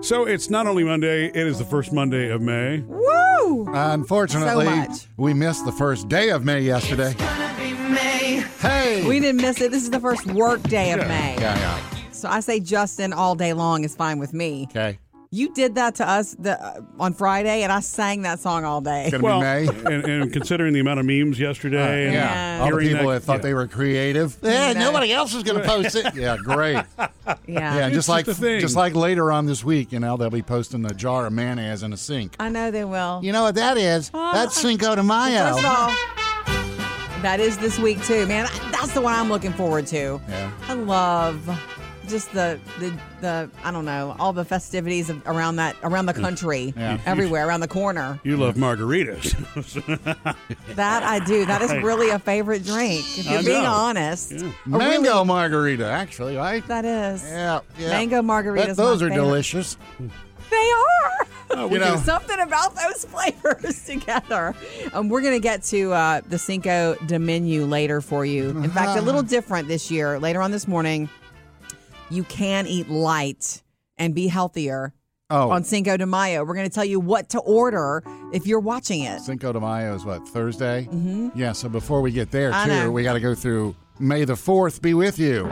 So it's not only Monday, it is the first Monday of May. Woo! Unfortunately, So much. we missed the first day of May yesterday. Hey! We didn't miss it. This is the first work day of May. yeah, yeah. So I say Justin all day long is fine with me. Okay. You did that to us the, uh, on Friday, and I sang that song all day. Gonna Well, be May. and, and considering the amount of memes yesterday, and yeah. All the hearing people that, thought yeah. they were creative. Yeah, No. nobody else is going to post it. Yeah, great. Yeah, Yeah. just just like a thing. just like later on this week, you know, they'll be posting a jar of mayonnaise in a sink. Ah. I know they will. You know what that is? That's Cinco de Mayo. First of all, that is this week too, man. That's the one I'm looking forward to. Yeah. I love just the the the I don't know all the festivities of, around that around the country, Yeah. everywhere around the corner. you love margaritas. That I do. That is really a favorite drink. If I you're being know. honest, A really- Mango margarita, actually, right? that is. Yeah, yeah. Mango margaritas. But those my are favorite. delicious. They are. You know, Something about those flavors together. Um, we're going to get to uh, the Cinco de Menu later for you. In fact, a little Uh-huh. different this year. Later on this morning, you can eat light and be healthier oh, on Cinco de Mayo. We're going to tell you what to order if you're watching it. Cinco de Mayo is what Thursday. Mm-hmm. Yeah. So before we get there, I too, know. we got to go through. May the Fourth be with you.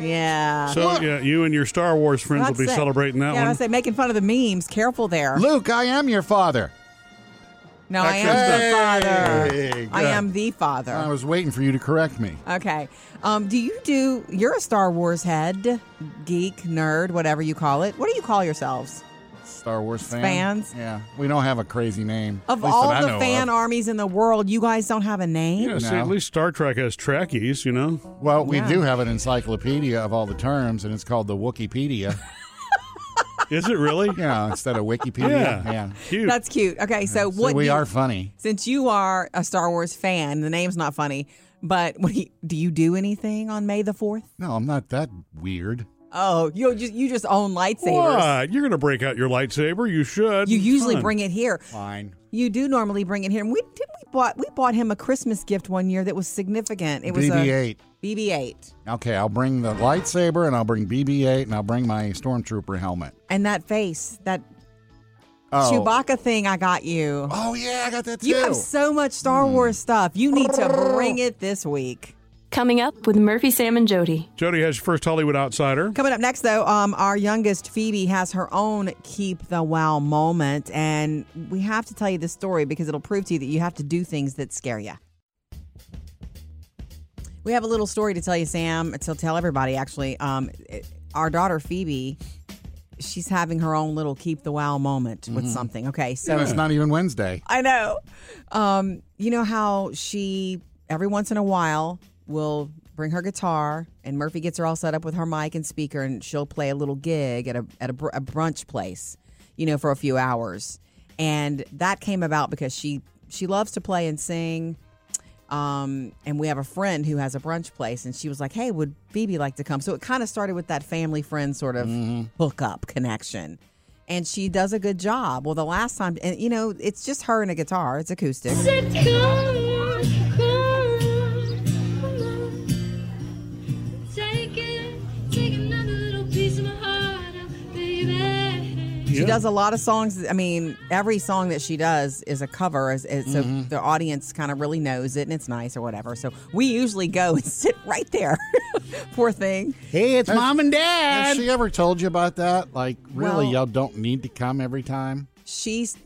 Yeah. so yeah, you and your Star Wars friends will be That's it. celebrating that yeah, I one. say making fun of the memes. Careful there. Luke, I am your father. no, I Hey, am the father. I good. am the father. I was waiting for you to correct me. Okay. Um, do you do? You're a Star Wars head, geek, nerd, whatever you call it. What do you call yourselves? Star Wars fan. Fans? Yeah. We don't have a crazy name. Of at least all that I the know fan of. armies in the world, you guys don't have a name. yeah, see, No. at least Star Trek has trackies, you know. Well, we Yeah. do have an encyclopedia of all the terms, and it's called the Wikipedia. Is it really? yeah, instead of Wikipedia. Yeah. Cute. That's cute. Okay, so So what? we you- are funny. Since you are a Star Wars fan, the name's not funny. But what do you, do you do anything on May the fourth? No, I'm not that weird. Oh, you just you just own lightsabers. what? You're gonna break out your lightsaber. You should. You It's usually fun. bring it here. Fine. You do normally bring it here. And we did we bought we bought him a Christmas gift one year that was significant. It was a BB-8. BB-8. Okay, I'll bring the lightsaber, and I'll bring BB-8, and I'll bring my stormtrooper helmet. And that face, that Oh. Chewbacca thing I got you. Oh yeah, I got that too. Hmm. You have so much Star Wars stuff. You need to bring it this week. Coming up with Murphy, Sam, and Jody. Jody has your first Hollywood outsider. Coming up next, though, um, our youngest Phoebe has her own keep the wow moment. And we have to tell you this story because it'll prove to you that you have to do things that scare you. We have a little story to tell you, Sam, to tell everybody, actually. Um, it- our daughter Phoebe, she's having her own little keep the wow moment with Mm-hmm. something. Okay, so And it's not even Wednesday. I know. Um, you know how she every once in a while will bring her guitar, and Murphy gets her all set up with her mic and speaker, and she'll play a little gig at a at a, br- a brunch place, you know, for a few hours. And that came about because she she loves to play and sing. Um, and we have a friend who has a brunch place, and she was like, "Hey, would Phoebe like to come?" So it kind of started with that family friend sort of Mm-hmm. hookup connection, and she does a good job. Well, the last time, and you know, it's just her and a guitar; it's acoustic. Take it, take another little piece of my heart out, baby. She does a lot of songs. I mean, every song that she does is a cover, is, is, so Mm-hmm. the audience kind of really knows it, and it's nice or whatever. So we usually go and sit right there. Poor thing. Hey, it's Mom and Dad. Has she ever told you about that? Like, really, Well- y'all don't need to come every time. She's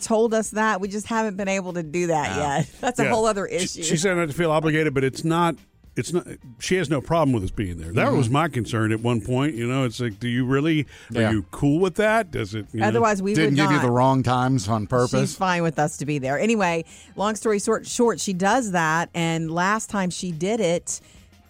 told us that we just haven't been able to do that yet. That's a Yeah. whole other She- issue. She said not to feel obligated, but it's not. It's not. She has no problem with us being there. Mm-hmm. That was my concern at one point. You know, it's like, do you really? Yeah. Are you cool with that? Does it? You know? Otherwise, we Didn't would give not. you the wrong times on She's purpose. fine with us to be there. Anyway, long story short, short she does that, and last time she did it,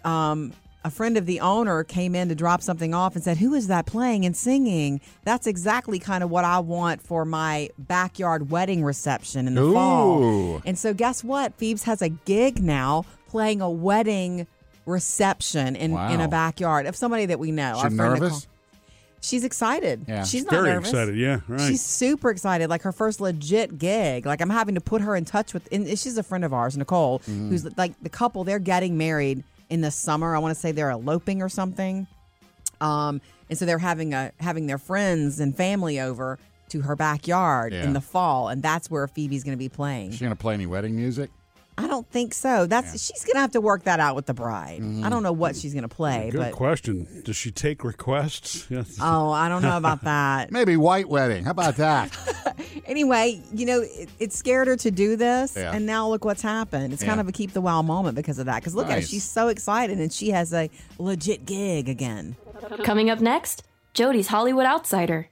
um, a friend of the owner came in to drop something off and said, "Who is that playing and singing?" That's exactly kind of what I want for my backyard wedding reception in the fall. Ooh. And so, guess what? Phoebes has a gig now playing a wedding reception in, in Wow. a backyard of somebody that we know. She our friend Nicole. nervous? She's excited. Yeah. She's not very nervous. excited. Yeah, right. She's super excited. Like her first legit gig. Like I'm having to put her in touch with. And she's a friend of ours, Nicole, Mm-hmm. who's like the couple. They're getting married in the summer. I want to say they're eloping or something. Um, and so they're having a having their friends and family over to her backyard Yeah. in the fall, and that's where Phoebe's going to be playing. Is she gonna play any wedding music? I don't think so. That's she's going to have to work that out with the bride. I don't know what she's going to play, Mm-hmm. Good but question. Does she take requests? Yes. oh, I don't know about that. Maybe white wedding. How about that? Oh, Anyway, you know, it, it scared her to do this, Yeah. and now look what's happened. It's kind Yeah. of a keep the wow moment because of that. Because look at her, Nice. she's so excited, and she has a legit gig again. Coming up next, Jody's Hollywood Outsider.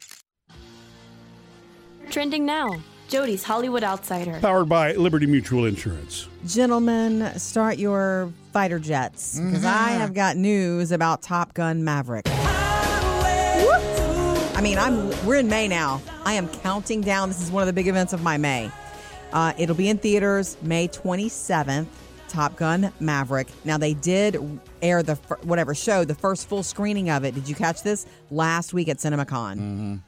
Trending now, Jody's Hollywood Outsider. Powered by Liberty Mutual Insurance. Gentlemen, start your fighter jets because I have got news about Top Gun Maverick. Woo! I mean, I'm we're in May now. I am counting down. This is one of the big events of my May. Uh, it'll be in theaters May 27th. Top Gun Maverick. Now they did air the fir- whatever show the first full screening of it. Did you catch this last week at CinemaCon?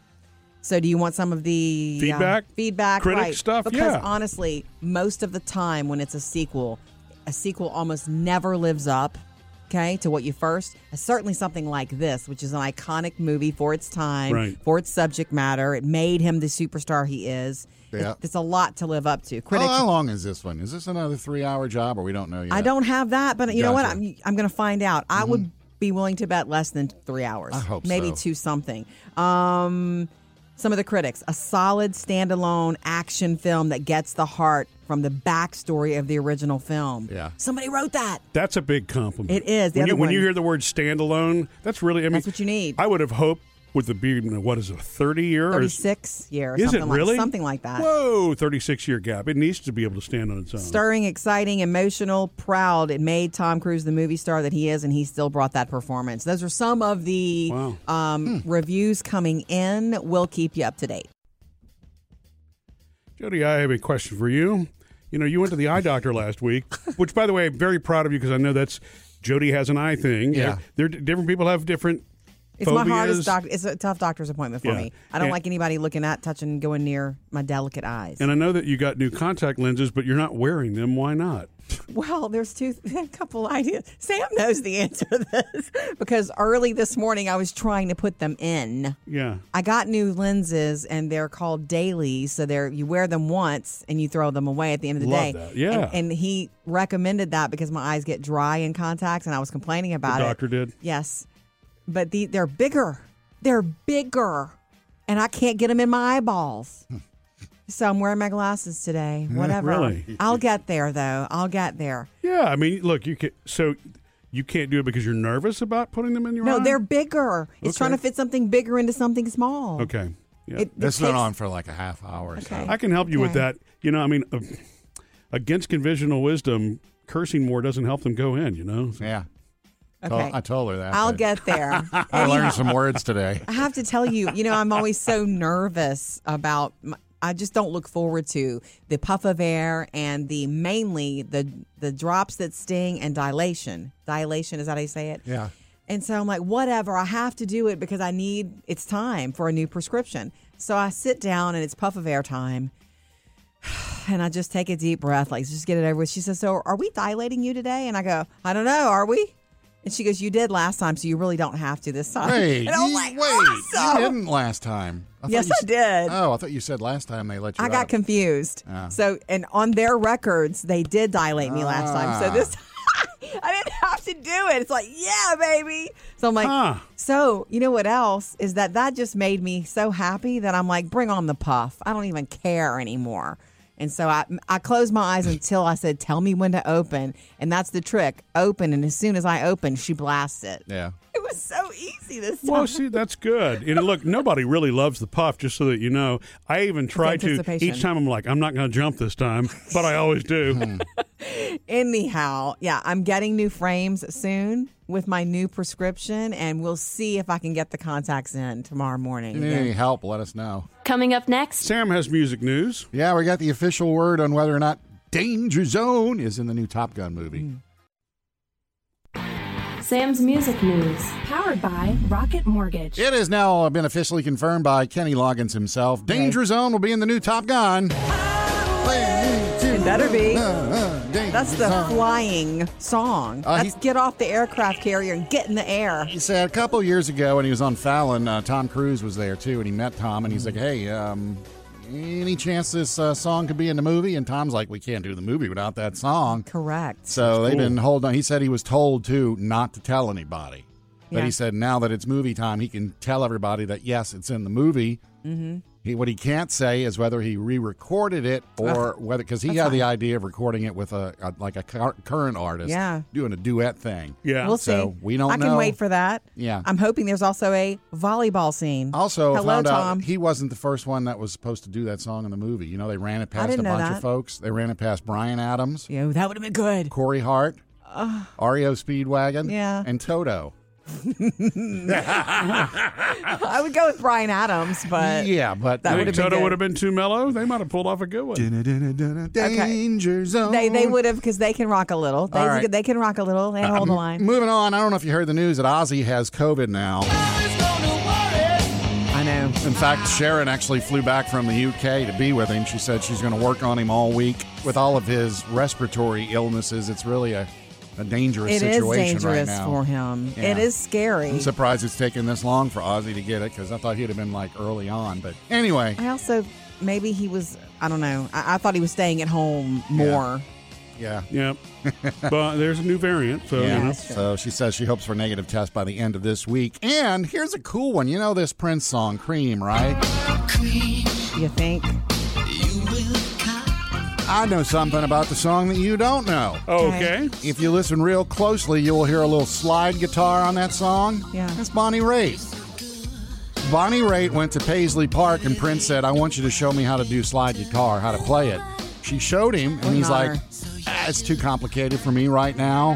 So do you want some of the uh, Feedback? feedback, Critic right. stuff? Because Yeah. honestly, most of the time when it's a sequel, a sequel almost never lives up, okay, to what you first. Certainly something like this, which is an iconic movie for its time, Right. for its subject matter. It made him the superstar he is. Yeah. Oh, It's a lot to live up to. How, Critics how long is this one? Is this another three-hour job, or we don't know yet? I don't have that, but you know what? Gotcha. I'm I'm going to find out. I Mm-hmm. would be willing to bet less than three hours. I hope maybe so. two something. Um, some of the critics: a solid standalone action film that gets the heart from the backstory of the original film. Yeah. somebody wrote that. That's a big compliment. It is. The when, you, other when one- you hear the word standalone, that's really. I mean, That's what you need. I would have hoped with the being what is it, a thirty year or Thirty-six year, or is something it like really something like that. Whoa, thirty six year gap. It needs to be able to stand on its own. Stirring, exciting, emotional, proud. It made Tom Cruise the movie star that he is, and he still brought that performance. Those are some of the Wow. Hmm. um, reviews coming in. We'll keep you up to date. Jody, I have a question for you. You know, you went to the eye doctor last week, which, by the way, I'm very proud of you because I know that's Jody has an eye thing. Yeah. there different people have different. It's my phobias. hardest doctor. It's a tough doctor's appointment for Yeah. me. I don't And- like anybody looking at, touching, going near my delicate eyes. And I know that you got new contact lenses, but you're not wearing them. Why not? well, there's two, a couple ideas. Sam knows the answer to this because early this morning I was trying to put them in. Yeah. I got new lenses and they're called dailies. So they're you wear them once and you throw them away at the end of the Love day. that. Yeah. And, and he recommended that because my eyes get dry in contacts and I was complaining about it. doctor did. Yes. But the, they're bigger. They're bigger. And I can't get them in my eyeballs. so I'm wearing my glasses today. Whatever. really? I'll get there, though. I'll get there. Yeah. I mean, look, you can. So you can't do it because you're nervous about putting them in your eye. No, they're bigger. It's Okay. trying to fit something bigger into something small. okay. Yeah. It, This it went takes- on for like a half hour. Or Okay. so. I can help you with Okay. that. You know, I mean, uh, against conventional wisdom, cursing more doesn't help them go in. You know. So- Yeah. Tol- Okay. I told her that. I'll but get there. I learned some words today. I have to tell you, you know, I'm always so nervous about. My, I just don't look forward to the puff of air and the mainly the the drops that sting and dilation. Dilation is that how you say it? Yeah. And so I'm like, whatever. I have to do it because I need. It's time for a new prescription. So I sit down and it's puff of air time. And I just take a deep breath, like just get it over with. She says, "So, are we dilating you today?" And I go, "I don't know. Are we?" And she goes, "You did last time, so you really don't have to this time." Wait, and I'm you- like, wait, "Awesome!" you didn't last time. I thought Yes, you I s- did. Oh, I thought you said last time they let you. I got up. confused. Uh. So, and on their records, they did dilate me last time. So Ah. this, I didn't have to do it. It's like, yeah, baby. So I'm like, Ah. so you know what else is that? That just made me so happy that I'm like, bring on the puff. I don't even care anymore. And so I, I closed my eyes until I said, tell me when to open. And that's the trick open. And as soon as I open, she blasts it. Yeah. It was so easy this time. Well, see, that's good. And look, nobody really loves the puff, just so that you know. I even try to anticipation. each time. I'm like, I'm not going to jump this time, but I always do. Anyhow, yeah, I'm getting new frames soon with my new prescription, and we'll see if I can get the contacts in tomorrow morning. If you need any again. help, let us know. Coming up next, Sam has music news. Yeah, we got the official word on whether or not Danger Zone is in the new Top Gun movie. Mm. Sam's music news. Powered by Rocket Mortgage. It has now been officially confirmed by Kenny Loggins himself. Danger Zone will be in the new Top Gun. Three, two, It better Uh, be. That's That's the flying song. Uh, That's he- get off the aircraft carrier and get in the air. He said a couple years ago when he was on Fallon, uh, Tom Cruise was there too, and he met Tom, and he's like, "Hey, um, any chance this uh, song could be in the movie?" And Tom's like, "We can't do the movie without that song." Correct. So they've been holding on. He said he was told too not to tell anybody. But Yeah. he said now that it's movie time, he can tell everybody that yes, it's in the movie. Mm-hmm. He, what he can't say is whether he re-recorded it or whether because he had the idea of recording it with a, a like a cur- current artist, Yeah. doing a duet thing. Yeah. We'll So see. we don't I can know. wait for that. Yeah. I'm hoping there's also a volleyball scene. Also, hello, found Tom. out he wasn't the first one that was supposed to do that song in the movie. You know, they ran it past a didn't know bunch that. of folks. They ran it past Brian Adams, yeah, that would have been good. Corey Hart, REO Speedwagon, Yeah. and Toto. I would go with Brian Adams, but yeah, but that I would've think been Toto good. would have been too mellow. They might have pulled off a good one. danger zone. they they would have because they can rock a little. They, All right. they can rock a little. They hold the line. Moving on, I don't know if you heard the news that Ozzy has COVID now. I know. In fact, Sharon actually flew back from the UK to be with him. She said she's going to work on him all week with all of his respiratory illnesses. It's really a, a dangerous It is situation dangerous right now. for him. Yeah. It is scary. I'm surprised it's taken this long for Ozzy to get it because I thought he'd have been like early on. But anyway, I also maybe he was. I don't know. I, I thought he was staying at home more. yeah. Yep. but there's a new variant, so Yeah. you know. that's true. So she says she hopes for a negative test by the end of this week. And here's a cool one. You know this Prince song, Cream, right? You think? I know something about the song that you don't know. Okay. If you listen real closely, you'll hear a little slide guitar on that song. Yeah. That's Bonnie Raitt. Bonnie Raitt went to Paisley Park and Prince said, I want you to show me how to do slide guitar, how to play it. She showed him and an he's honor. like, "Ah, It's too complicated for me right now.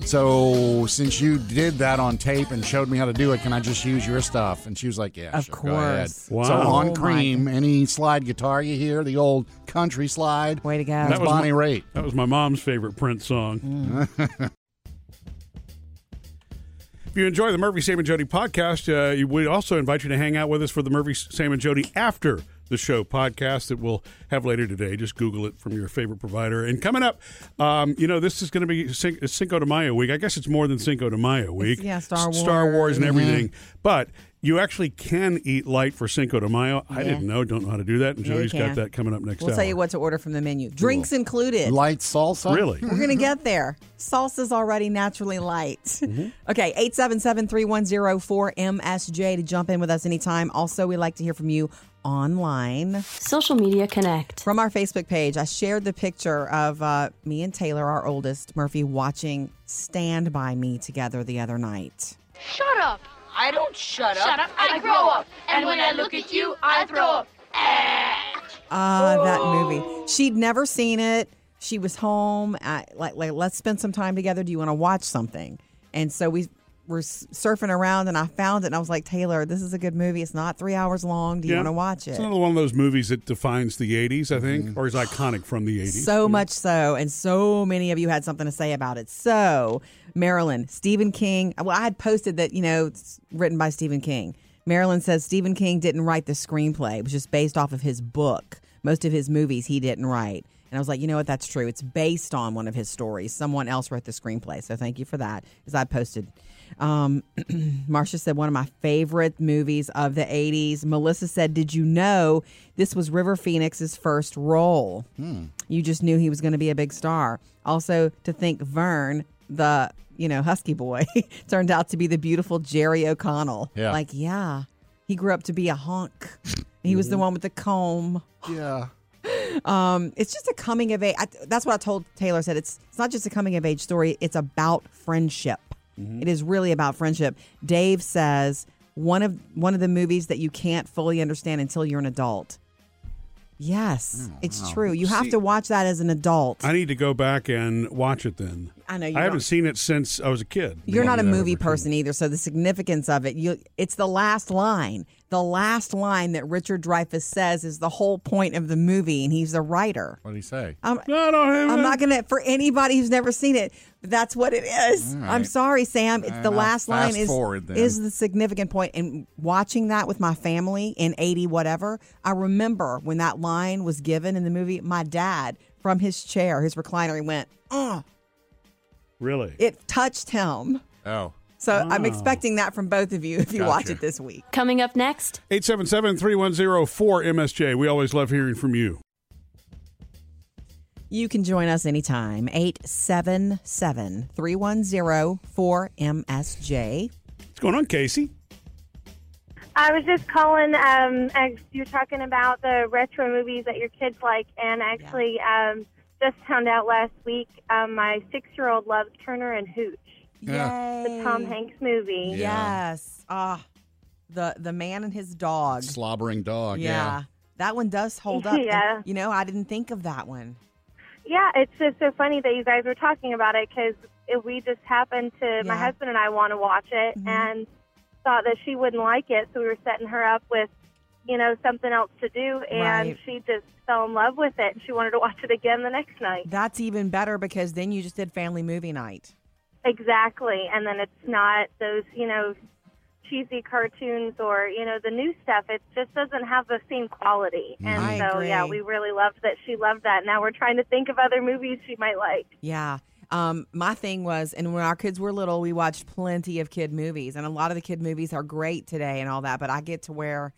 So since you did that on tape and showed me how to do it, can I just use your stuff? And she was like, Yeah, Of sure, go ahead." course. Wow. So on Oh my. cream, any slide guitar you hear, the old country slide. Way to go. That's That was Bonnie my- Raitt. That was my mom's favorite Prince song. if you enjoy the Murphy, Sam, and Jody podcast, uh, you- we also invite you to hang out with us for the Murphy, Sam, and Jody after the show podcast that we'll have later today. Just Google it from your favorite provider. And coming up, um, you know, this is going to be Cin- Cinco de Mayo week. I guess it's more than Cinco de Mayo week. yeah, Star S- Star Wars Wars. Mm-hmm. and everything. But you actually can eat light for Cinco de Mayo. I Yeah. didn't know. Don't know how to do that. And Yeah, you Jody's got can. that coming up next We'll hour. tell you what to order from the menu. Drinks included. Light salsa. Really? We're going to get there. Salsa's already naturally light. Okay, 877-310-4MSJ to jump in with us anytime. Also, we like to hear from you online. Social Media Connect. From our Facebook page, I shared the picture of uh, me and Taylor, our oldest, Murphy, watching Stand By Me together the other night. Shut up! I don't shut up. Shut up! I, grow up, and when I look at you, I throw up. Ah, that movie. She'd never seen it. She was home. I, like, like, let's spend some time together. Do you want to watch something? And so we were s- surfing around, and I found it, and I was like, Taylor, this is a good movie. It's not three hours long. Do you Yeah. want to watch it? Mm-hmm. It's another one of those movies that defines the 80s, I think, or is iconic from the 80s. So much so, and so many of you had something to say about it. So, Marilyn, Stephen King. Well, I had posted that you know it's written by Stephen King. Marilyn says Stephen King didn't write the screenplay; it was just based off of his book. Most of his movies he didn't write, and I was like, you know what? That's true. It's based on one of his stories. Someone else wrote the screenplay, so thank you for that. Because I posted. Um, Marcia said one of my favorite movies of the 80s. Melissa said, Did you know this was River Phoenix's first role? You just knew he was going to be a big star. Also, to think Vern, the you know husky boy, turned out to be the beautiful Jerry O'Connell. Yeah. Like, yeah, he grew up to be a honk. He was the one with the comb. Yeah. It's just a coming of age. I, that's what I told Taylor. Said it's it's not just a coming of age story. It's about friendship. Mm-hmm. It is really about friendship. Dave says one of one of the movies that you can't fully understand until you're an adult. Yes, it's true. You have to watch that as an adult. Oh, I need to go back and watch it then. I know you I haven't don't- seen it since I was a kid. You're not a Yeah, movie I've never person either, so the significance of it, you it's the last line. The last line that Richard Dreyfuss says is the whole point of the movie and he's the writer. What did he say? Oh. seen it. No, no, I I'm haven't. not going to for anybody who's never seen it, that's what it is. I'm sorry, Sam, it's the I'll last line fast is forward then. is the significant point and watching that with my family in 80 whatever, I remember when that line was given in the movie, my dad from his chair, his recliner. He went, oh, Really? it touched him. Oh. So I'm Oh. expecting that from both of you if you watch Gotcha. it this week. Coming up next, 877-310-4MSJ. We always love hearing from you. You can join us anytime, 877 310 4MSJ. What's going on, Casey? I was just calling um, as you're talking about the retro movies that your kids like, and actually um, just found out last week um, my six-year-old loves Turner and Hooch, Yeah. the Tom Hanks movie. Yeah. Yes. Ah, the, the man and his dog. Slobbering dog. yeah. Yeah. That one does hold up. Yeah. You know, I didn't think of that one. Yeah, it's just so funny that you guys were talking about it because we just happened to my Yeah. husband and I want to watch it Mhm. and thought that she wouldn't like it, so we were setting her up with you know something else to do, and Right. she just fell in love with it. She wanted to watch it again the next night. That's even better because then you just did family movie night. Exactly, and then it's not those you know cheesy cartoons or you know the new stuff. It just doesn't have the same quality, and Mm-hmm. I so yeah, agree. we really loved that she loved that. Now we're trying to think of other movies she might like. Yeah. Um, my thing was, and when our kids were little, we watched plenty of kid movies, and a lot of the kid movies are great today and all that. But I get to where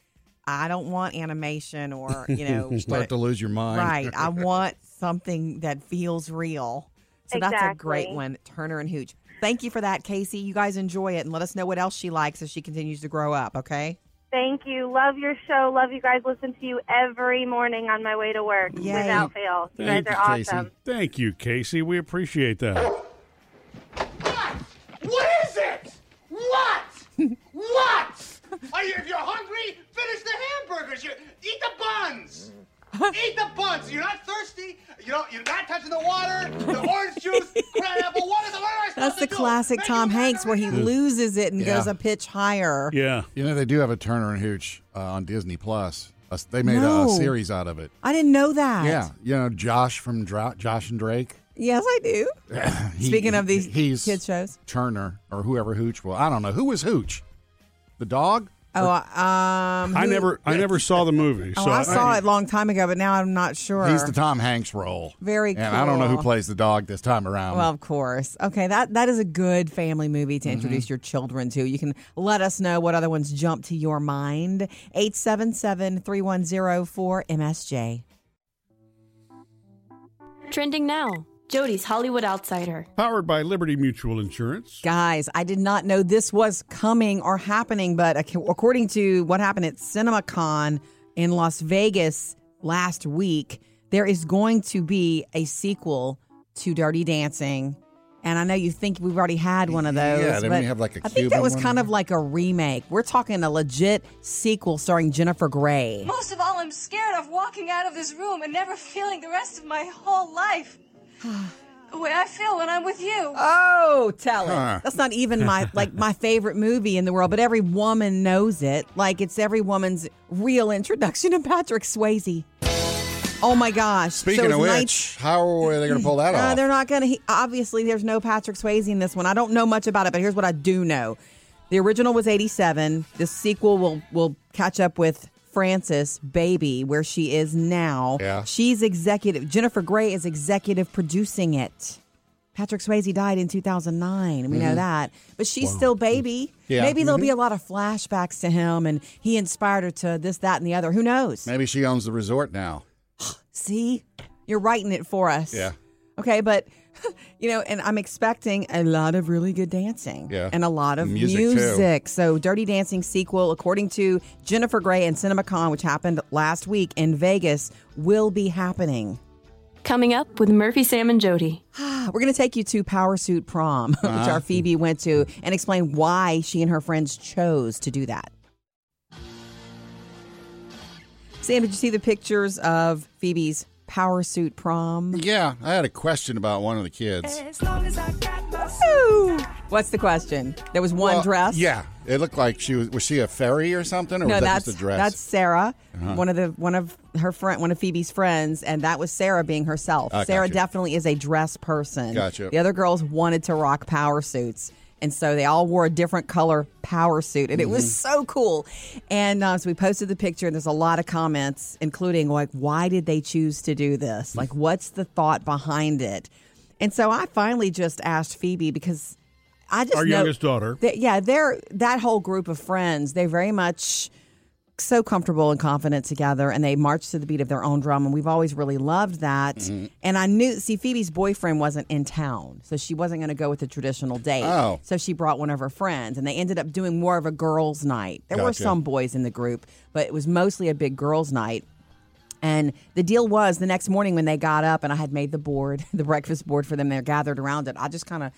I don't want animation or you know, Start to lose your mind. right. I want something that feels real. So that's a great Exactly. one, Turner and Hooch. Thank you for that, Casey. You guys enjoy it, and let us know what else she likes as she continues to grow up. Okay. Thank you. Love your show. Love you guys. Listen to you every morning on my way to work Yay. without fail. You guys Thank are you, Casey. awesome. Thank you, Casey. We appreciate that. What is it? What? what? Are you, if you're hungry, finish the hamburgers. You eat the buns. Eat the buns. You're not thirsty. You don't, you're not touching the water. The orange juice, crab apple. What is it? What am I supposed That's to the do? classic Make Tom you Hanks where he margarita? loses it and Yeah. goes a pitch higher. Yeah. You know, they do have a Turner and Hooch uh, on Disney Plus. Uh, they made No. a series out of it. I didn't know that. Yeah. You know, Josh from Dra- Josh and Drake. Yes, I do. He- Speaking of these he's kid shows. Turner or whoever Hooch was. I don't know. Who was Hooch? The dog? Oh, I- um, I who- never I never saw the movie. Oh, so I saw it a long time ago, but now I'm not sure. He's the Tom Hanks role. Very And I don't know who cool. plays the dog this time around. well, of course. Okay, that that is a good family movie to introduce your children to. You can let us know what other ones jump to your mind. 877-3104-MSJ. trending now, Jody's Hollywood Outsider. Powered by Liberty Mutual Insurance. Guys, I did not know this was coming or happening, but ac- according to what happened at CinemaCon in Las Vegas last week, there is going to be a sequel to Dirty Dancing. And I know you think we've already had one of Yeah, those. didn't but we have, like, a I think Cuban that was one? kind of like a remake. We're talking a legit sequel starring Jennifer Grey. Most of all, I'm scared of walking out of this room and never feeling the rest of my whole life. the way I feel when I'm with you. Oh, tell it. Huh. That's not even my like my favorite movie in the world, but every woman knows it. Like it's every woman's real introduction to Patrick Swayze. Oh my gosh! Speaking so of it's which, night- how are they going to pull that Uh, off? they're not gonna. He, obviously, there's no Patrick Swayze in this one. I don't know much about it, but here's what I do know: the original was '87. The sequel will will catch up with Frances Baby, where she is now. Yeah. she's executive. Jennifer Grey is executive producing it. Patrick Swayze died in 2009. We know that, but she's still baby. Mm-hmm. Yeah. Mm-hmm. Maybe there'll be a lot of flashbacks to him, and he inspired her to this, that, and the other. Who knows? Maybe she owns the resort now. See, you're writing it for us. Yeah. Okay, but you know, and I'm expecting a lot of really good dancing. Yeah. And a lot of Music, too. music. So Dirty Dancing sequel, according to Jennifer Grey and CinemaCon, which happened last week in Vegas, will be happening. Ah, Coming up with Murphy, Sam, and Jody. We're going to take you to Power Suit Prom, which Uh-huh. our Phoebe went to, and explain why she and her friends chose to do that. Sam, did you see the pictures of Phoebe's Power Suit Prom? Yeah, I had a question about one of the kids. As long as I got my Ooh. What's the question? There was one Well, dress. Yeah, it looked like she was. Was she a fairy or something, or No, was that that's just Uh-huh. a dress? that's Sarah, one of the one of her friend, one of Phoebe's friends, and that was Sarah being herself. I Sarah gotcha. definitely is a dress person. Gotcha. The other girls wanted to rock power suits, And so they all wore a different color power suit, and it was Mm-hmm. so cool. And uh, so we posted the picture, and there's a lot of comments, including like, "Why did they choose to do Mm. this? Like, what's the thought behind it?" And so I finally just asked Phoebe because I just Our know- youngest daughter. Th- yeah, they're that whole group of friends. They very much so comfortable and confident together, and they march to the beat of their own drum. And we've always really loved that. Mm-hmm. And I knew, see, Phoebe's boyfriend wasn't in town, so she wasn't going to go with the traditional date. Oh. so she brought one of her friends, and they ended up doing more of a girls' night. There were Gotcha. some boys in the group, but it was mostly a big girls' night. And the deal was the next morning when they got up and I had made the board, the breakfast board for them, they're gathered around it. I just kind of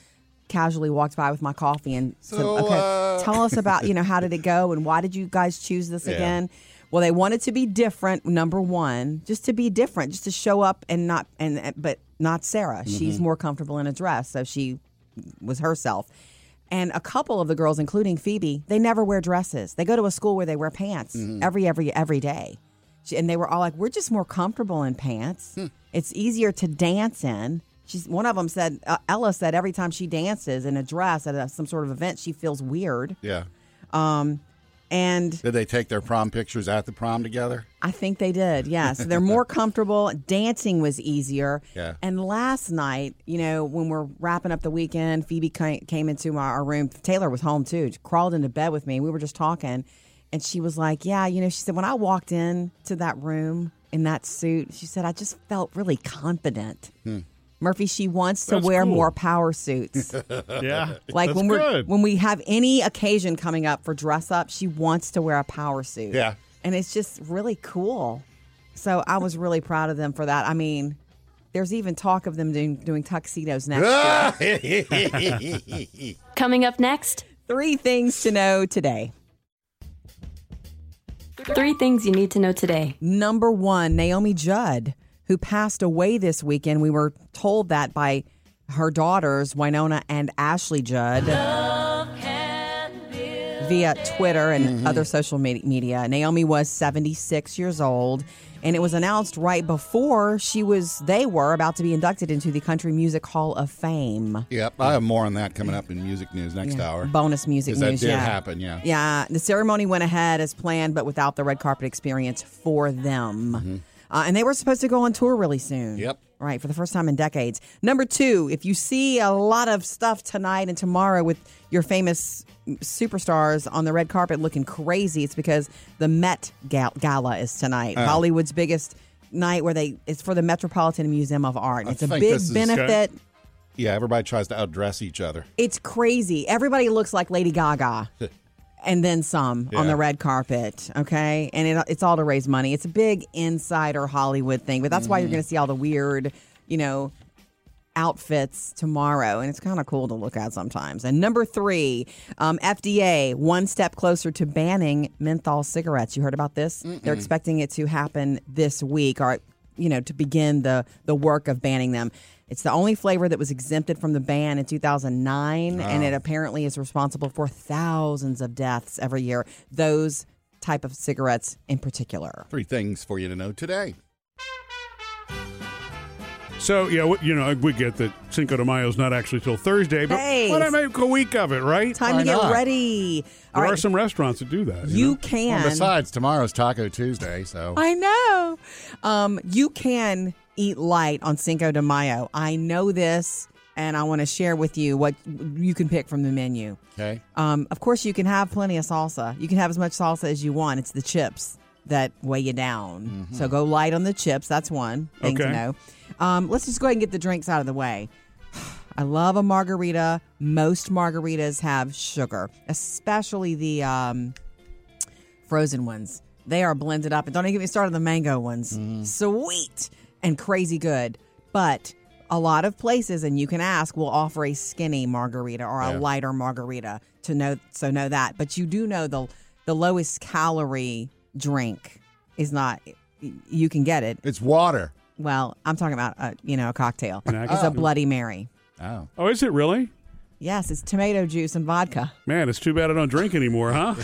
casually walked by with my coffee and said, So, okay, uh, tell us about, you know, how did it go and why did you guys choose this again? Well, they wanted to be different, number one, just to be different, just to show up and not, and and- but not Sarah. Mm-hmm. She's more comfortable in a dress, so she was herself. And a couple of the girls, including Phoebe, they never wear dresses. They go to a school where they wear pants Mm-hmm. every, every, every day. She, and they were all like, "We're just more comfortable in pants. It's easier to dance in." She's one of them said uh, Ella said every time she dances in a dress at a, some sort of event, she feels weird. Yeah. And Did they take their prom pictures at the prom together? I think they did. Yeah. So they're more comfortable. Dancing was easier. Yeah. And last night, you know, when we're wrapping up the weekend, Phoebe ca- came into my, our room. Taylor was home too, She crawled into bed with me. We were just talking. And she was like, Yeah, you know, she said, when I walked in to that room in that suit, she said, I just felt really confident. Murphy, she wants to Hmm. That's wear cool. more power suits. Yeah. Like That's when we are good. when we have any occasion coming up for dress up, she wants to wear a power suit. Yeah. And it's just really cool. So I was really proud of them for that. I mean, there's even talk of them doing, doing tuxedos next Ah! year. Coming up next, Three things to know today. three things you need to know today. Number one, Naomi Judd, who passed away this weekend. We were told that by her daughters, Winona and Ashley Judd. Via Twitter and other social me- media. Naomi was 76 years old, and it was announced right before she was, they were about to be inducted into the Country Music Hall of Fame. Yep. I have more on that coming up in music news next hour. Bonus music 'Cause news. that did yeah. happen, yeah. Yeah. The ceremony went ahead as planned, but without the red carpet experience for them. Uh, and they were supposed to go on tour really soon. Mm-hmm. Yep. Right, for the first time in decades. Number two, if you see a lot of stuff tonight and tomorrow with your famous superstars on the red carpet looking crazy, it's because the Met Gal- Gala is tonight, Oh. Hollywood's biggest night where they it's for the Metropolitan Museum of Art. I It's a think big this is- benefit. Yeah, everybody tries to outdress each other. It's crazy. Everybody looks like Lady Gaga. And then some on Yeah. the red carpet, okay? And it, it's all to raise money. It's a big insider Hollywood thing, but that's why you're going to see all the weird, you know, outfits tomorrow. And it's kind of cool to look at sometimes. And number three, um, FDA, one step closer to banning menthol cigarettes. You heard about this? They're expecting it to happen this week. Or you know, to begin the the work of banning them. It's the only flavor that was exempted from the ban in 2009, and it apparently is responsible for thousands of deaths every year. Those type of cigarettes in particular. Three things for you to know today. So yeah, we- you know, we get that Cinco de Mayo is not actually till Thursday, but Hey. why not make a week of it, right? Time Why to get not? ready. All there are right, some restaurants that do that. you know? can. Besides, tomorrow's Taco Tuesday, so I know. Um, you can eat light on Cinco de Mayo. I know this, and I want to share with you what you can pick from the menu. okay. Um, of course, you can have plenty of salsa. You can have as much salsa as you want. It's the chips that weigh you down. So go light on the chips. That's one thing to Okay. know. Um, let's just go ahead and get the drinks out of the way. I love a margarita. Most margaritas have sugar, especially the um, frozen ones. They are blended up. And don't even get me started on the mango ones. Mm. Sweet and crazy good. But a lot of places, and you can ask, will offer a skinny margarita or a Yeah. lighter margarita to know so know that. But you do know the the lowest calorie drink is not you can get it. It's water. Well, I'm talking about a, you know a cocktail. An It's a alcohol. Bloody Mary. Oh. Oh, is it really? Yes, it's tomato juice and vodka. Man, it's too bad I don't drink anymore, huh?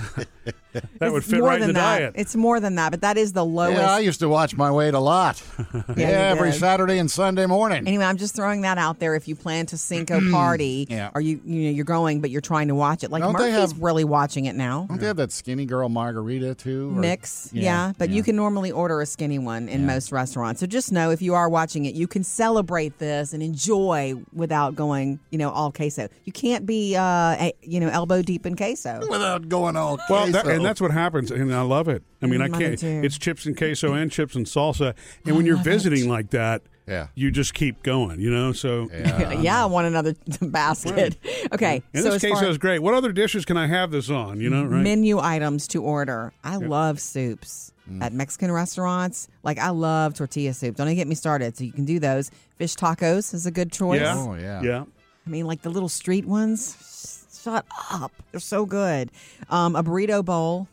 That would fit more right in than the that. diet. It's more than that, but that is the lowest. Yeah, I used to watch my weight a lot. Oh, Yeah, you every did. Saturday and Sunday morning. Anyway, I'm just throwing that out there. If you plan to Cinco party, Yeah. or you you know you're going, but you're trying to watch it, like Don't they Murphy's have- really watching it now. Don't they have that skinny girl margarita too? or- mix. Yeah, but you can normally order a skinny one in most restaurants. So just know if you are watching it, you can celebrate this and enjoy without going, you know, all queso. You can't be, uh, a- you know, elbow deep in queso. without going all Well, that, queso. and that's what happens, and I love it. I mean, I Mm, Mine can't. too. It's chips and queso and chips and salsa, and when you're visiting like that, Yeah. you just keep going, you know. So yeah, I want another basket. Okay, And so this as far queso is as great. What other dishes can I have this on? You know, right? menu items to order, I love soups. Mm. At Mexican restaurants, like I love tortilla soup. Don't even get me started. So you can do those. Fish tacos is a good choice. yeah. Oh, yeah. yeah. I mean, like the little street ones. Sh- Shut up. They're so good. Um, a burrito bowl.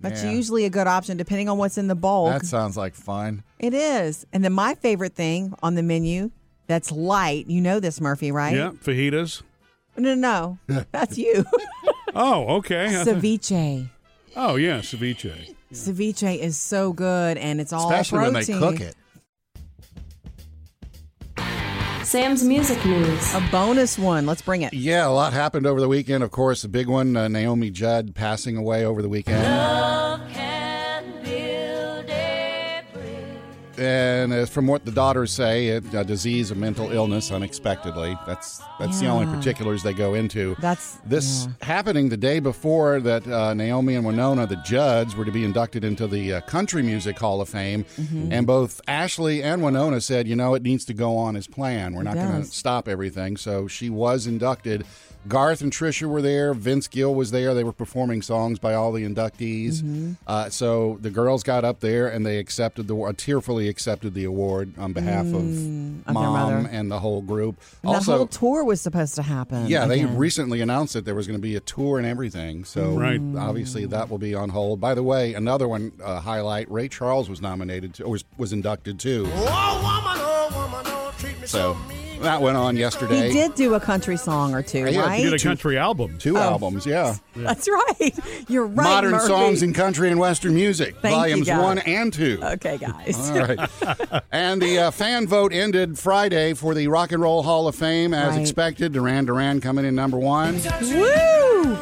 That's Yeah. usually a good option, depending on what's in the bowl. That sounds like fun. it is. And then my favorite thing on the menu that's light. You know this, Murphy, right? Yeah, fajitas. No, no, no. that's you. Oh, okay. I thought- ceviche. Oh, yeah, ceviche. Ceviche is so good, and it's all Especially when they protein. cook it. Sam's Music News. A bonus one. Let's bring it. Yeah, a lot happened over the weekend. Of course, the big one, uh, Naomi Judd passing away over the weekend. And uh, from what the daughters say, it, a disease of mental illness unexpectedly. That's that's the only Yeah. particulars they go into. That's- this happening the day before that uh, Naomi and Winona, the Judds, were to be inducted into the uh, Country Music Hall of Fame, Mm-hmm. and both Ashley and Winona said, you know, it needs to go on as planned. We're not going to does. stop everything. So she was inducted. Garth and Trisha were there. Vince Gill was there. They were performing songs by all the inductees. Mm-hmm. Uh, so the girls got up there and they accepted the uh, tearfully accepted the award on behalf of Mm, their mom mother. and the whole group. And also, that whole tour was supposed to happen. yeah, they again. Mm. recently announced that there was going to be a tour and everything. So Right. obviously that will be on hold. By the way, another one uh, highlight: Ray Charles was nominated to, or was was inducted too. Oh, So that went on yesterday. He did do a country song or two, Yeah, right? Did a country album. Two albums, yeah. That's right. You're Oh. right. Modern Murphy. songs in country and western music, Thank you, Uh, volumes God. one and two. Okay, guys. All right. and the uh, fan vote ended Friday for the Rock and Roll Hall of Fame, as Right. expected. Duran Duran coming in number one. Woo!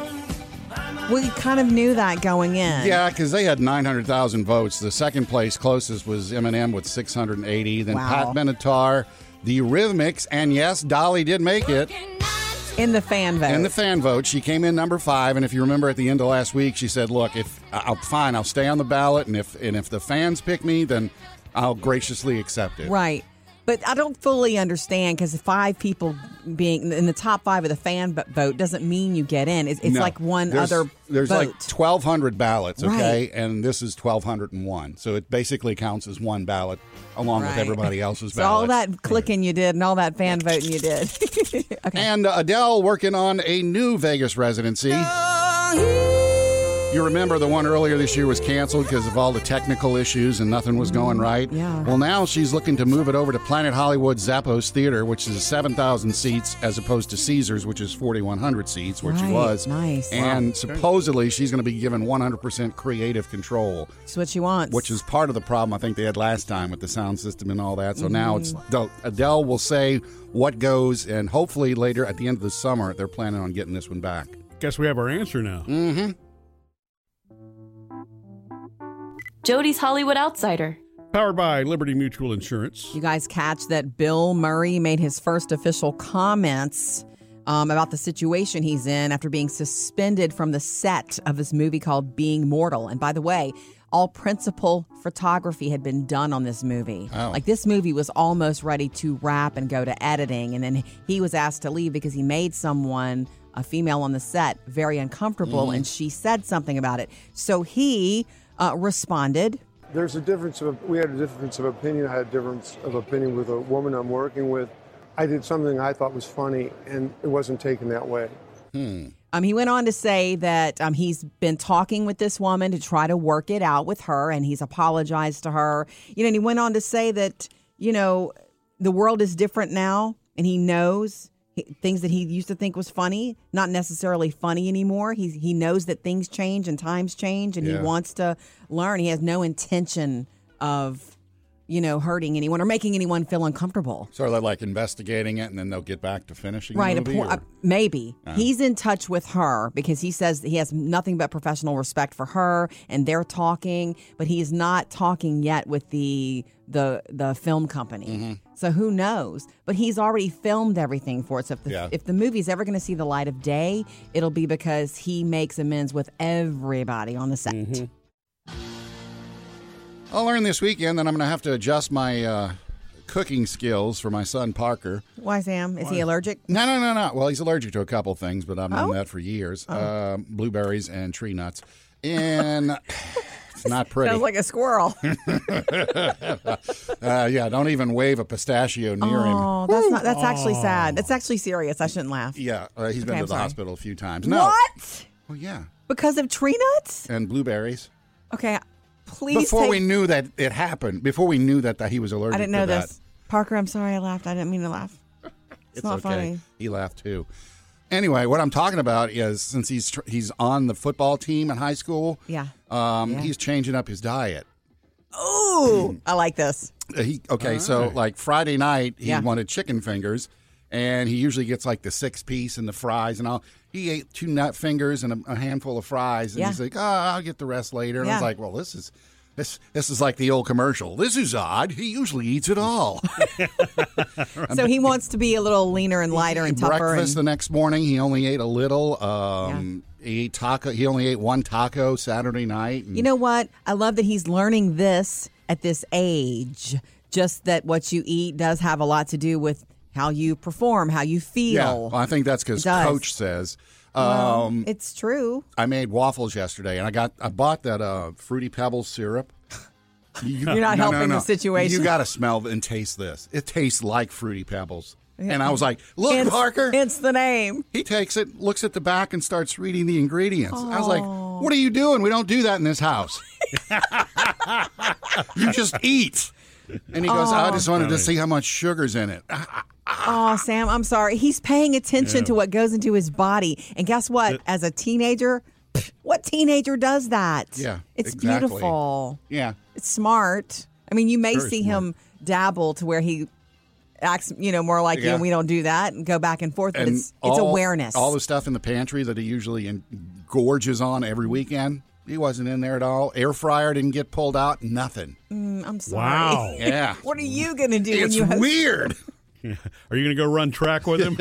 We kind of knew that going in. Yeah, because they had 900,000 votes. The second place closest was Eminem with 680. Then Wow. Pat Benatar, the Rhythmics, and yes, Dolly did make it. In the fan vote. And the fan vote, she came in number five. And if you remember at the end of last week, she said, "Look, if I- I'll fine, I'll stay on the ballot, and if and if the fans pick me, then I'll graciously accept it." right. But I don't fully understand because five people being in the top five of the fan bo- vote doesn't mean you get in. It's, it's No. like one There's- other There's vote. like 1,200 ballots, okay, Right. and this is 1,201, so it basically counts as one ballot along with Right. everybody else's so all ballots. that clicking you did and all that fan voting you did. And Adele working on a new Vegas residency. You remember the one earlier this year was canceled because of all the technical issues and nothing was going right. yeah. Well, now she's looking to move it over to Planet Hollywood Zappos Theater, which is 7,000 seats as opposed to Caesars, which is 4,100 seats, where Right, she was. nice. And supposedly she's going to be given 100% creative control It's what she wants. which is part of the problem I think they had last time with the sound system and all that. So now it's Mm. Adele- Adele will say what goes, and hopefully later at the end of the summer they're planning on getting this one back. Guess we have our answer now. Mm. Jody's Hollywood Outsider. Powered by Liberty Mutual Insurance. You guys catch that Bill Murray made his first official comments um, about the situation he's in after being suspended from the set of his movie called Being Mortal. And by the way, all principal photography had been done on this movie. Oh. Like this movie was almost ready to wrap and go to editing. And then he was asked to leave because he made someone, a female on the set, very uncomfortable. And she said something about it. So he uh, responded. There's a difference of we had a difference of opinion. I had a difference of opinion with a woman I'm working with. I did something I thought was funny, and it wasn't taken that way. Um, he went on to say that um, he's been talking with this woman to try to work it out with her, and he's apologized to her. You know, and he went on to say that you know the world is different now, and he knows he- things that he used to think was funny, not necessarily funny anymore. He he knows that things change and times change, and Yeah. he wants to learn. He has no intention of, you know, hurting anyone or making anyone feel uncomfortable. So they're like investigating it, and then they'll get back to finishing Right, the a movie. por- or- a- maybe Uh-huh. he's in touch with her because he says that he has nothing but professional respect for her, and they're talking, but he is not talking yet with the the the film company. Mm-hmm. So who knows? But he's already filmed everything for it. So if the, Yeah. if the movie's ever going to see the light of day, it'll be because he makes amends with everybody on the set. Mm-hmm. I'll learn this weekend that I'm going to have to adjust my uh, cooking skills for my son Parker. Why, Sam? Is he allergic? No, no, no, no. Well, he's allergic to a couple things, but I've known Oh? that for years: Um, blueberries and tree nuts. And it's not pretty. Sounds like a squirrel. uh, yeah, don't even wave a pistachio near him. oh, that's not. That's actually Aw. sad. That's actually serious. I shouldn't laugh. Yeah, uh, he's Okay, been to I'm the sorry. hospital a few times. No, What? Well, yeah, Because of tree nuts? and blueberries. Okay, please. before take- we knew that it happened, before we knew that, that he was allergic I didn't know to that, this. Parker, I'm sorry I laughed. I didn't mean to laugh. It's, not funny. He laughed too. Anyway, what I'm talking about is since he's tr- he's on the football team in high school, Yeah. um, Yeah. he's changing up his diet. Ooh, I like this. Uh, He okay, so like Friday night he Yeah. wanted chicken fingers, and he usually gets like the six piece and the fries and all. He ate two nut fingers and a, a handful of fries, and Yeah. he's like, "Oh, I'll get the rest later." And I was Yeah. like, "Well, this is." This, this is like the old commercial. This is odd. He usually eats it all. So he wants to be a little leaner and lighter and tougher. breakfast And, the next morning he only ate a little um he ate taco he only ate one taco saturday night and you know what? I love that he's learning this at this age. Just that what you eat does have a lot to do with how you perform, how you feel. yeah well, i think that's because It does. coach says Well, um it's true. i made waffles yesterday and i got i bought that uh fruity pebbles syrup you, You're not helping the situation. you gotta smell and taste this it tastes like fruity pebbles Yeah. and i was like look It's- parker It's the name. he takes it looks at the back and starts reading the ingredients i was like Oh. what are you doing we don't do that in this house you just eat. And he goes, I just wanted to see how much sugar's in it. I- Oh, Sam, I'm sorry. He's paying attention Yeah. to what goes into his body. And guess what? As a teenager, pff, what teenager does that? Yeah, It's exactly. beautiful. Yeah. It's smart. I mean, you may Very see him dabble to where he acts, you know, more like, you Yeah. know, we don't do that and go back and forth, but And it's, it's all- awareness. All the stuff in the pantry that he usually in, gorges on every weekend, he wasn't in there at all. Air fryer didn't get pulled out, nothing. Mm, I'm sorry. Wow. Yeah. what are you going to do when it's you have weird. Yeah. Are you going to go run track with him?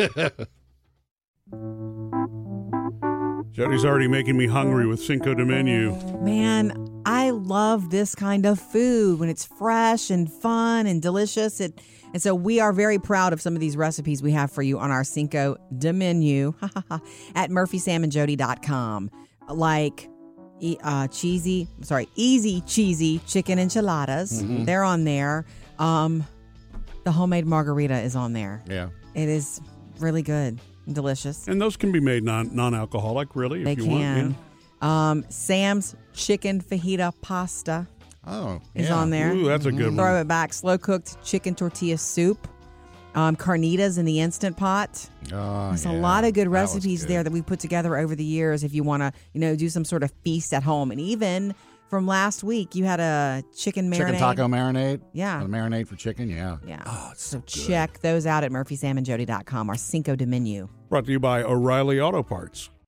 Jody's already making me hungry with Cinco de Menu. Man, I love this kind of food when it's fresh and fun and delicious. It, and so we are very proud of some of these recipes we have for you on our Cinco de Menu at murphysamandjody.com. Like e- uh, cheesy, sorry, easy cheesy chicken enchiladas. Mm-hmm. Mhm. They're on there. Um, the homemade margarita is on there. Yeah. It is really good and delicious. And those can be made non non alcoholic, really, They if you can. want. Um, Sam's chicken fajita pasta Oh. is yeah. on there. Ooh, that's a good Throw one. it back. Slow cooked chicken tortilla soup. Um, carnitas in the instant pot. Oh, There's yeah. a lot of That good was recipes good. there that we put together over the years. If you want to, you know, do some sort of feast at home, and even from last week, you had a chicken marinade. Chicken taco Oh, marinade? Yeah. The marinade for chicken, yeah. Yeah. so check those out at murphysamandjody.com or Cinco de Menu. Brought to you by O'Reilly Auto Parts.